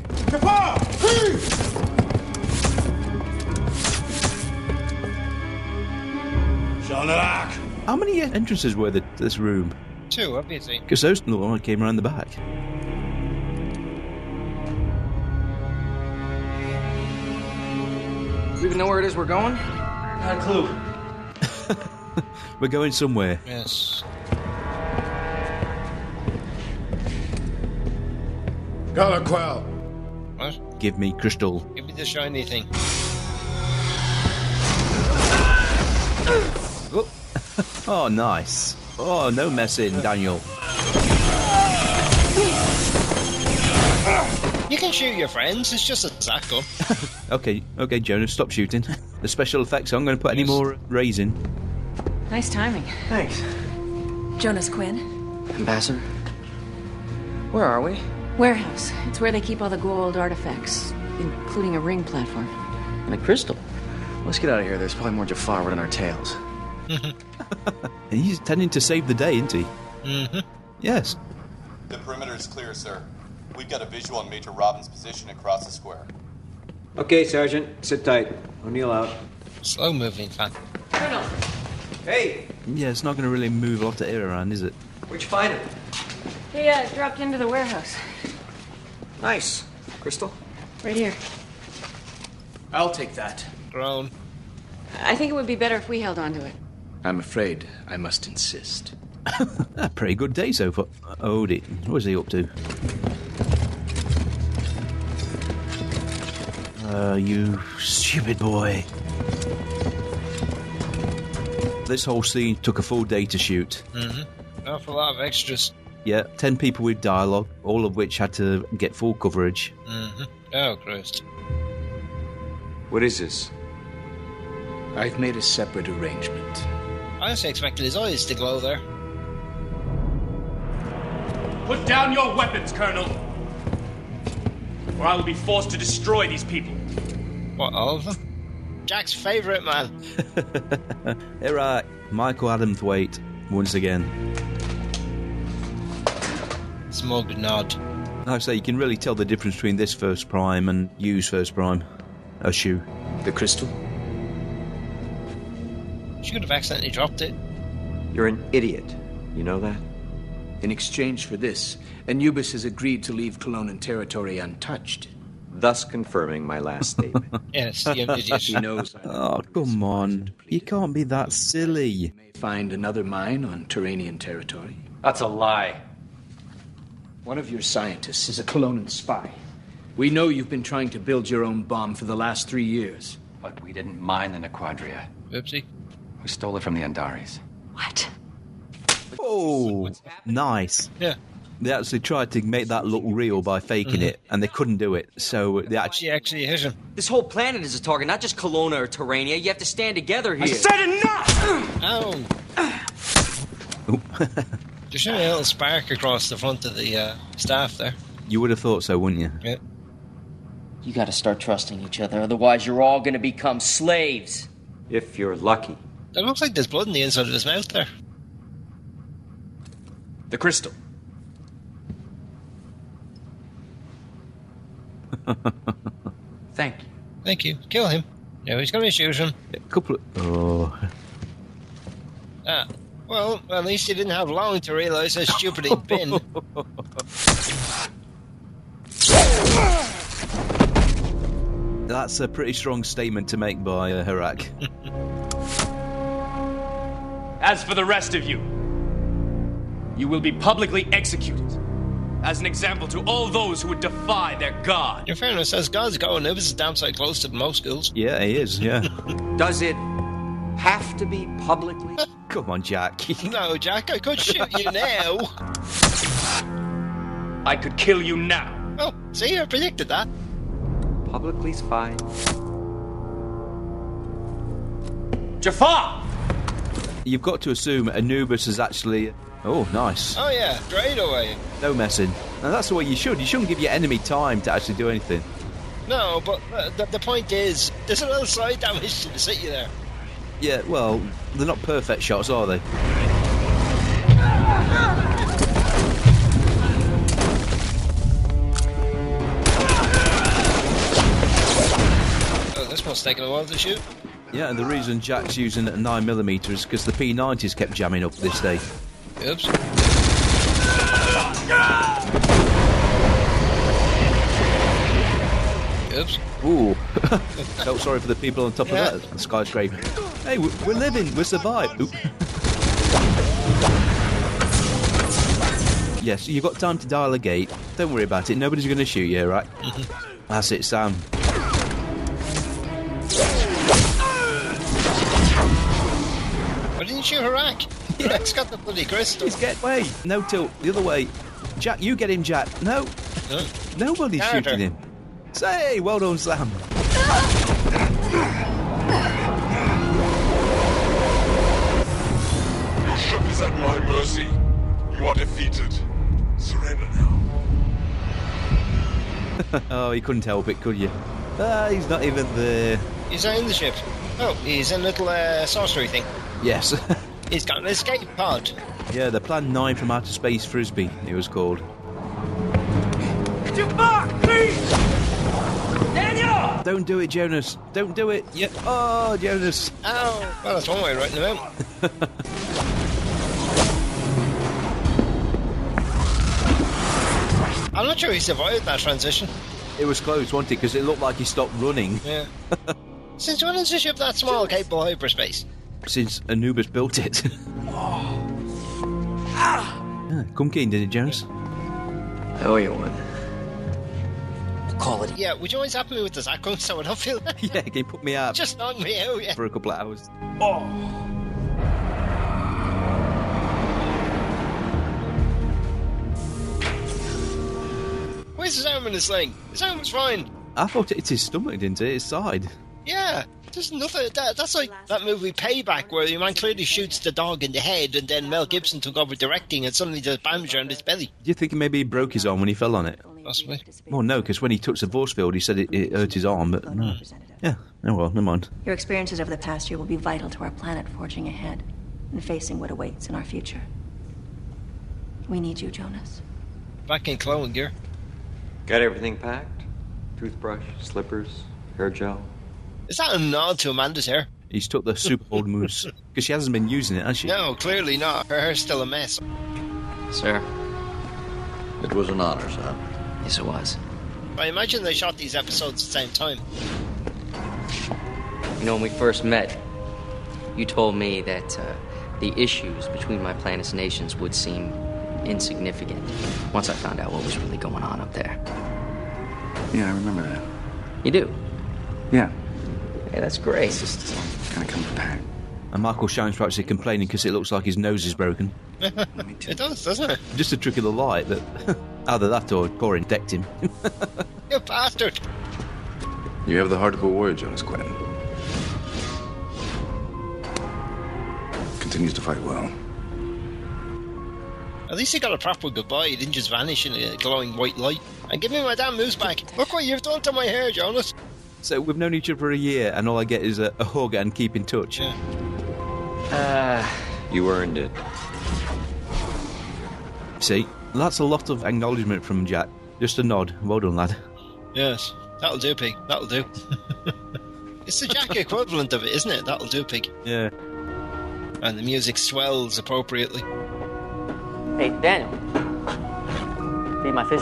How many entrances were there to this room?
Two, obviously.
Because those no one came around the back.
Do we even know where it is we're going? Not a clue.
We're going somewhere.
Yes.
Galaquel.
What?
Give me crystal.
Give me the shiny thing.
Whoop. oh, nice. Oh, no messing, Daniel.
You can shoot your friends, it's just a zap gun.
Okay, okay, Jonas, stop shooting. The special effects aren't going to put any more rays in.
Nice timing.
Thanks.
Jonas Quinn.
Ambassador? Where are we?
Warehouse. It's where they keep all the gold artifacts, including a ring platform.
And a crystal. Let's get out of here. There's probably more Jafar running our tails.
And he's tending to save the day, isn't he?
Mm-hmm.
Yes.
The perimeter is clear, sir. We've got a visual on Major Robbins' position across the square.
Okay, Sergeant, sit tight. O'Neill out.
Slow moving fan.
Colonel.
Hey,
Yeah, it's not going to really move a lot of air around, is it?
where'd you find him?
They uh, dropped into the warehouse.
Nice. Crystal?
Right here.
I'll take that.
Drone.
I think it would be better if we held onto it.
I'm afraid I must insist.
A pretty good day so far. Oh, dear. What is he up to? Uh, you stupid boy. This whole scene took a full day to shoot.
Mm-hmm. Awful lot of extras.
Yeah, 10 people with dialogue, all of which had to get full coverage.
Mm-hmm. Oh, Christ.
What is this? I've made a separate arrangement.
I also expected his eyes to glow there.
Put down your weapons, Colonel, or I will be forced to destroy these people.
What, all of them? Jack's favourite man.
All right, Michael Adamthwaite, once again.
Smug nod.
Like I say, you can really tell the difference between this first prime and Yu's first prime. A shoe.
The crystal?
She could have accidentally dropped it.
You're an idiot. You know that?
In exchange for this, Anubis has agreed to leave Colonan territory untouched.
Thus confirming my last statement.
Yes,
He knows I
Oh, come on. You can't be that silly.
may find another mine on Turanian territory.
That's a lie.
One of your scientists is a Colonan spy. We know you've been trying to build your own bomb for the last three years.
But we didn't mine the Nequadria.
Oopsie.
We stole it from the Andaris.
What?
Oh, nice.
Yeah. Mm-hmm.
They actually tried to make that look real by faking it, and they couldn't do it. So they actually.
She actually hit him.
This whole planet is a target, not just Kelowna or Terrania. You have to stand together here.
enough! Ow! There's showing a little spark across the front of the uh, staff there.
You would have thought so, wouldn't you?
Yeah.
You gotta start trusting each other, otherwise, you're all gonna become slaves.
if you're lucky.
It looks like there's blood in the inside of his mouth there.
The crystal.
Thank you.
Thank you. Kill him. No, he's going to shoot him.
A couple of. Oh.
Ah. Well, at least he didn't have long to realise how stupid he'd been.
That's a pretty strong statement to make by uh, Harak.
As for the rest of you, you will be publicly executed as an example to all those who would defy their god.
In fairness, as God's going, it was damn sight close to most schools.
yeah, he is, yeah.
Does it have to be publicly?
Come on, Jack.
No, Jack, I could shoot you now.
I could kill you now.
Oh, see, I predicted that.
Publicly spy.
Jafar!
You've got to assume Anubis is actually. Oh, nice.
Oh, yeah, straight away.
No messing. And that's the way you should. You shouldn't give your enemy time to actually do anything.
No, but uh, the, the point is, there's a little side damage to the city there.
Yeah, well, they're not perfect shots, are they?
Oh, this one's taking a while to shoot.
Yeah, and the reason Jack's using a 9mm is because the P90's kept jamming up this day.
Oops. Oops.
Ooh. Felt sorry for the people on top of that skyscraper. Hey, we- we're living, we're survived. Oop. Yes, you've got time to dial a gate. Don't worry about it, nobody's going to shoot you, right?
Mm-hmm.
That's it, Sam.
Why didn't you shoot Harak? Yeah. Harak's got the bloody crystal.
He's get way. No tilt, the other way. Jack, you get him, Jack. No. Nobody's
Character.
shooting him. Say, well done, Sam.
The ship is at my mercy. You are defeated. Surrender now.
oh, you couldn't help it, could you? Ah, he's not even there.
He's not in the ship. Oh, he's in a little uh, sorcery thing.
Yes.
He's got an escape pod.
yeah, the Plan 9 from Outer Space Frisbee, it was called.
Jafar, please! Daniel!
Don't do it, Jonas. Don't do it. Yeah. Oh, Jonas.
Oh, well, that's one way right in the mouth. I'm not sure he survived that transition.
It was close, wasn't it? Because it looked like he stopped running
Yeah. Since when is a ship that small capable of hyperspace?
since Anubis built it. yeah, come keen, did it, Jonas? I owe you one. Call it.
Yeah, would you always happen with the Zakun so I don't feel
Yeah, can you put me out
Just knock me out, yeah.
for a couple of hours?
Oh. Where's his arm in this thing? His arm's fine.
I thought it's his stomach, didn't it? His side.
Yeah, there's nothing. That, that's like that movie Payback, where the man clearly shoots the dog in the head, and then Mel Gibson took over directing, and suddenly there's bandage around his belly.
Do you think maybe he broke his arm when he fell on it?
Possibly.
Well, no, because when he touched the force field, he said it, it hurt his arm, but no. Yeah, oh well, never mind.
Your experiences of the past year will be vital to our planet forging ahead and facing what awaits in our future. We need you, Jonas.
Back in clone gear.
Got everything packed? Toothbrush, slippers, hair gel.
Is that a nod to Amanda's hair?
He's took the super old moose because she hasn't been using it, has she?
No, clearly not. Her hair's still a mess.
Sir.
It was an honor, son. Yes, it was.
I imagine they shot these episodes at the same time.
You know, when we first met, you told me that uh, the issues between my planet's nations would seem insignificant once I found out what was really going on up there.
Yeah, I remember that.
You do?
Yeah.
Yeah, that's great.
Gotta come back.
And Michael Shine's practically complaining because it looks like his nose is broken.
it does, doesn't it?
Just a trick of the light that either that or Corin decked him.
You bastard!
You have the heart of a warrior, Jonas Quinn. Continues to fight well.
At least he got a proper goodbye. He didn't just vanish in a glowing white light. And give me my damn moose back. Look what you've done to my hair, Jonas.
so we've known each other for a year, and all I get is a, a hug and keep in touch.
Uh, you earned it.
See, that's a lot of acknowledgement from Jack. Just a nod. Well done, lad.
Yes, that'll do, pig. That'll do. it's the Jack equivalent of it, isn't it? That'll do, pig.
Yeah.
And the music swells appropriately.
Hey, Daniel. Need my fish.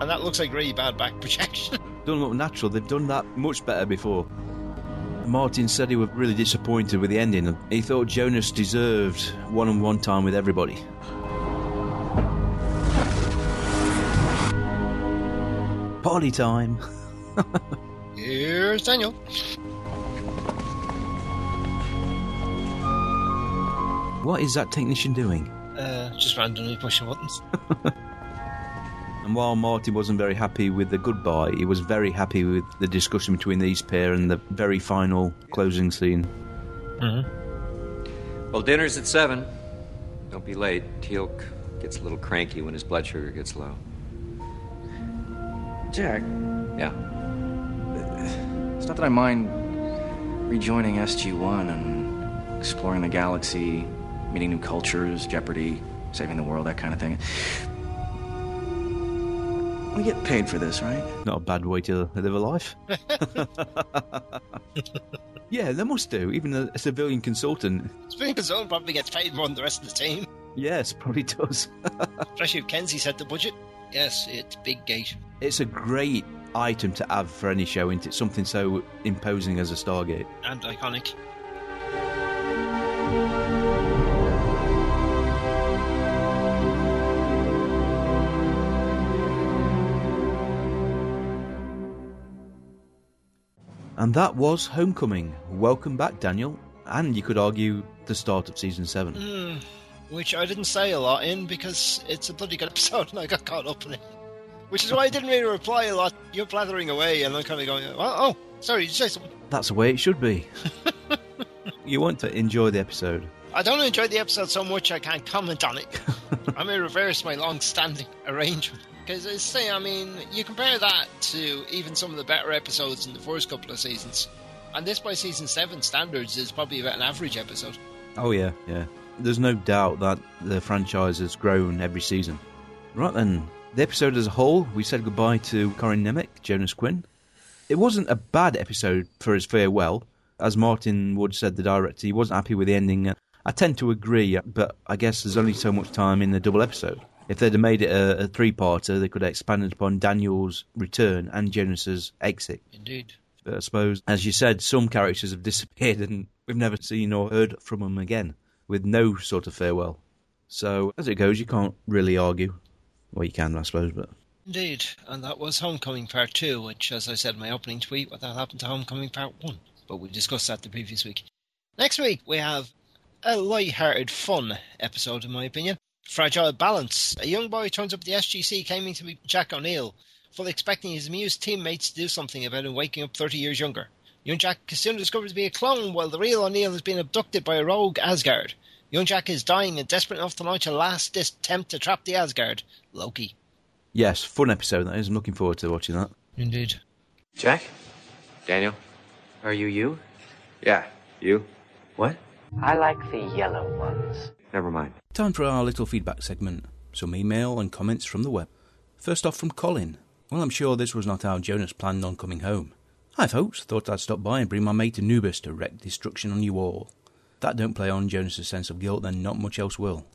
And that looks like really bad back projection.
Don't look natural. They've done that much better before. Martin said he was really disappointed with the ending. He thought Jonas deserved one on one time with everybody. Party time.
Here's Daniel.
What is that technician doing?
Uh, uh, just randomly pushing buttons.
And while Marty wasn't very happy with the goodbye, he was very happy with the discussion between these pair and the very final closing scene.
Well, dinner's at seven. Don't be late. Teal c- gets a little cranky when his blood sugar gets low.
Jack,
Yeah.
it's not that I mind rejoining SG1 and exploring the galaxy, meeting new cultures, Jeopardy, saving the world, that kind of thing. We get paid for this, right?
Not a bad way to live a life. yeah, they must do. Even a, a civilian consultant.
Spinning Zone probably gets paid more than the rest of the team.
Yes, probably does.
Especially if Kenzie set the budget. Yes, it's big gate.
it's a great item to have for any show, isn't it? Something so imposing as a Stargate.
And iconic.
And that was Homecoming. Welcome back, Daniel. And you could argue the start of season seven.
Hmm, which I didn't say a lot in because it's a bloody good episode and I got caught up in it. Which is why I didn't really reply a lot. You're blathering away and I'm kind of going, oh, oh sorry, did you say something?
That's the way it should be. you want to enjoy the episode.
I don't enjoy the episode so much I can't comment on it. I may reverse my long standing arrangement. Because it's thing, I mean, you compare that to even some of the better episodes in the first couple of seasons. And this, by season seven standards, is probably about an average episode.
Oh, yeah, yeah. There's no doubt that the franchise has grown every season. Right then, the episode as a whole, we said goodbye to Corin Nemec, Jonas Quinn. It wasn't a bad episode for his farewell. As Martin Wood said, the director, he wasn't happy with the ending. I tend to agree, but I guess there's only so much time in a double episode. If they'd have made it a, a three-parter, they could have expanded upon Daniel's return and Jonas's exit.
Indeed.
But I suppose, as you said, some characters have disappeared and we've never seen or heard from them again, with no sort of farewell. So, as it goes, you can't really argue. Well, you can, I suppose, but.
Indeed, and that was Homecoming Part 2, which, as I said in my opening tweet, what the hell happened to Homecoming Part 1? But we discussed that the previous week. Next week, we have a light-hearted, fun episode, in my opinion. Fragile Balance. A young boy turns up at the SGC claiming to be Jack O'Neill, fully expecting his amused teammates to do something about him waking up 30 years younger. Young Jack is soon discovered to be a clone, while the real O'Neill has been abducted by a rogue Asgard. Young Jack is dying and desperate enough to launch a last attempt to trap the Asgard, Loki.
Yes, fun episode that is. I'm looking forward to watching that.
Indeed.
Jack? Daniel? Are you you? Yeah, you. What?
I like the yellow ones.
Never mind.
Time for our little feedback segment. Some email and comments from the web. First off, from Colin. Well, I'm sure this was not how Jonas planned on coming home. Hi, folks. Thought I'd stop by and bring my mate Anubis to wreak destruction on you all. That don't play on Jonas's sense of guilt, then not much else will.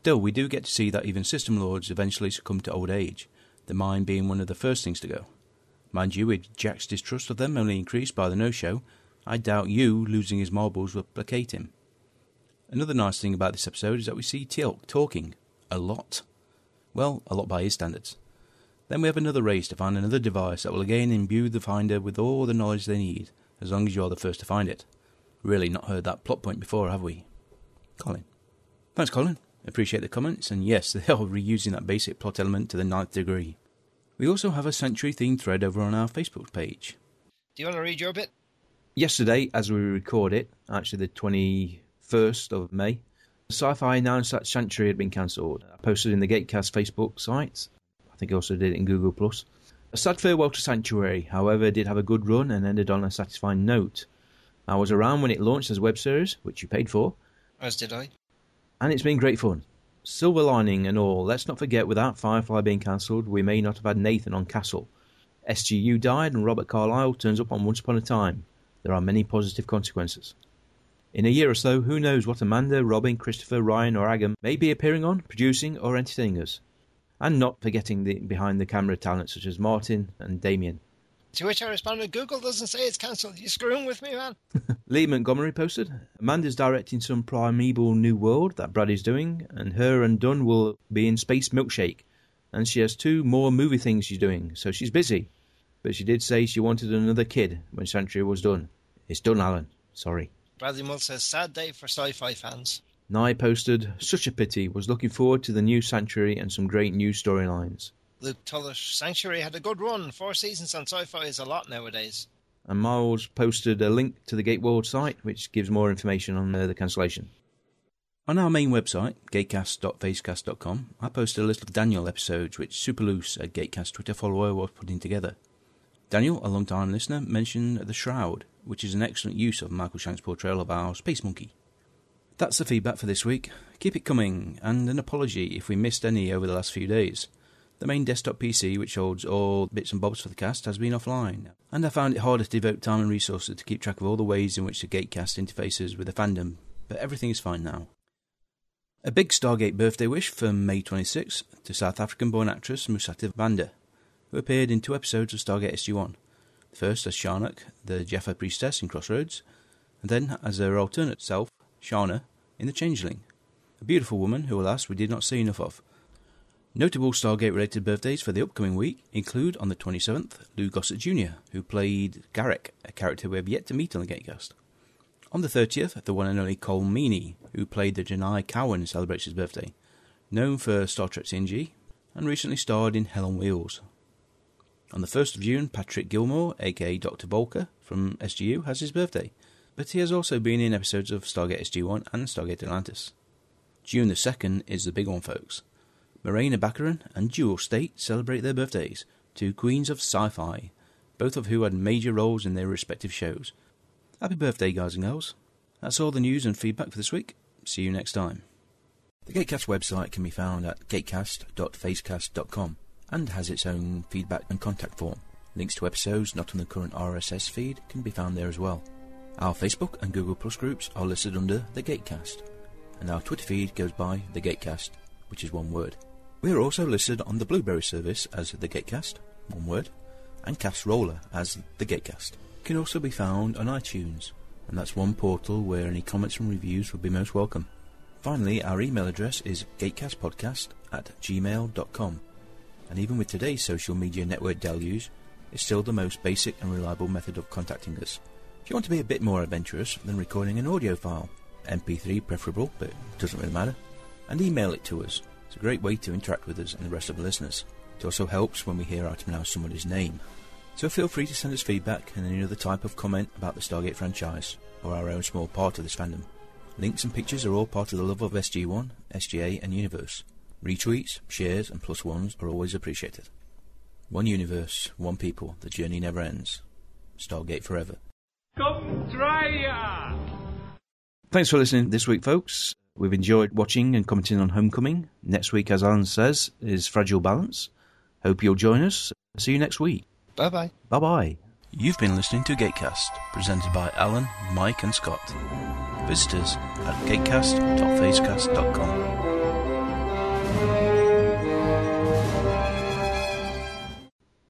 Still, we do get to see that even system lords eventually succumb to old age, the mind being one of the first things to go. Mind you, with Jack's distrust of them only increased by the no-show, I doubt you losing his marbles will placate him. Another nice thing about this episode is that we see Teal'c talking a lot. Well, a lot by his standards. Then we have another race to find another device that will again imbue the finder with all the knowledge they need, as long as you're the first to find it. Really not heard that plot point before, have we? Colin. Thanks, Colin. Appreciate the comments, and yes, they are reusing that basic plot element to the ninth degree. We also have a century themed thread over on our Facebook page.
Do you want to read your bit?
Yesterday, as we record it, actually the 21st of May, Sci Fi announced that Sanctuary had been cancelled. I posted in the Gatecast Facebook site. I think I also did it in Google. Plus. A sad farewell to Sanctuary, however, did have a good run and ended on a satisfying note. I was around when it launched as a web series, which you paid for,
As did I.
and it's been great fun. Silver lining and all, let's not forget without Firefly being cancelled, we may not have had Nathan on Castle. SGU died and Robert Carlyle turns up on Once Upon a Time. There are many positive consequences. In a year or so, who knows what Amanda, Robin, Christopher, Ryan, or Agam may be appearing on, producing, or entertaining us. And not forgetting the behind the camera talent such as Martin and Damien.
To which I responded, Google doesn't say it's cancelled. You screwing with me, man?
Lee Montgomery posted Amanda's directing some primeval new world that Brad is doing, and her and Dunn will be in Space Milkshake. And she has two more movie things she's doing, so she's busy. But she did say she wanted another kid when Sanctuary was done. It's done, Alan. Sorry.
Bradley Mull says, sad day for sci fi fans.
Nye posted, Such a pity, was looking forward to the new Sanctuary and some great new storylines.
Luke Tullish, Sanctuary had a good run. Four seasons on sci fi is a lot nowadays.
And Miles posted a link to the Gateworld site, which gives more information on uh, the cancellation.
On our main website, gatecast.facecast.com, I posted a list of Daniel episodes which Superloose, a Gatecast Twitter follower, was putting together. Daniel, a long-time listener, mentioned The Shroud, which is an excellent use of Michael Shank's portrayal of our space monkey. That's the feedback for this week. Keep it coming, and an apology if we missed any over the last few days. The main desktop PC, which holds all bits and bobs for the cast, has been offline, and I found it harder to devote time and resources to keep track of all the ways in which the Gatecast interfaces with the fandom, but everything is fine now. A big Stargate birthday wish from May 26 to South African born actress Musati Vanda, who appeared in two episodes of Stargate SG 1. The first as Sharnak, the Jaffa priestess in Crossroads, and then as her alternate self, Sharna, in The Changeling. A beautiful woman who, alas, we did not see enough of. Notable Stargate related birthdays for the upcoming week include on the 27th, Lou Gossett Jr., who played Garrick, a character we have yet to meet on the Gatecast. On the 30th, the one and only Cole Meany, who played the Janai Cowan, celebrates his birthday. Known for Star Trek TNG, and recently starred in Hell on Wheels. On the 1st of June, Patrick Gilmore, aka Dr. Bolker, from SGU, has his birthday, but he has also been in episodes of Stargate SG1 and Stargate Atlantis. June the 2nd is the big one, folks. Morena Baccarin and Jewel State celebrate their birthdays, two queens of sci fi, both of who had major roles in their respective shows. Happy birthday, guys and girls. That's all the news and feedback for this week. See you next time. The Gatecast website can be found at gatecast.facecast.com and has its own feedback and contact form. Links to episodes not on the current RSS feed can be found there as well. Our Facebook and Google Plus groups are listed under The Gatecast, and our Twitter feed goes by The Gatecast, which is one word. We are also listed on the Blueberry service as The Gatecast, one word, and Cast Roller as The Gatecast can also be found on iTunes, and that's one portal where any comments and reviews would be most welcome. Finally, our email address is gatecastpodcast at gmail.com, and even with today's social media network deluge, it's still the most basic and reliable method of contacting us. If you want to be a bit more adventurous, then recording an audio file, MP3 preferable, but doesn't really matter, and email it to us. It's a great way to interact with us and the rest of the listeners. It also helps when we hear out of now somebody's name, so feel free to send us feedback and any other type of comment about the Stargate franchise, or our own small part of this fandom. Links and pictures are all part of the love of SG1, SGA, and Universe. Retweets, shares, and plus ones are always appreciated. One universe, one people, the journey never ends. Stargate forever.
Come try ya!
Thanks for listening this week, folks. We've enjoyed watching and commenting on Homecoming. Next week, as Alan says, is Fragile Balance. Hope you'll join us. See you next week.
Bye bye.
Bye bye. You've been listening to Gatecast, presented by Alan, Mike, and Scott. Visitors at gatecast.facecast.com.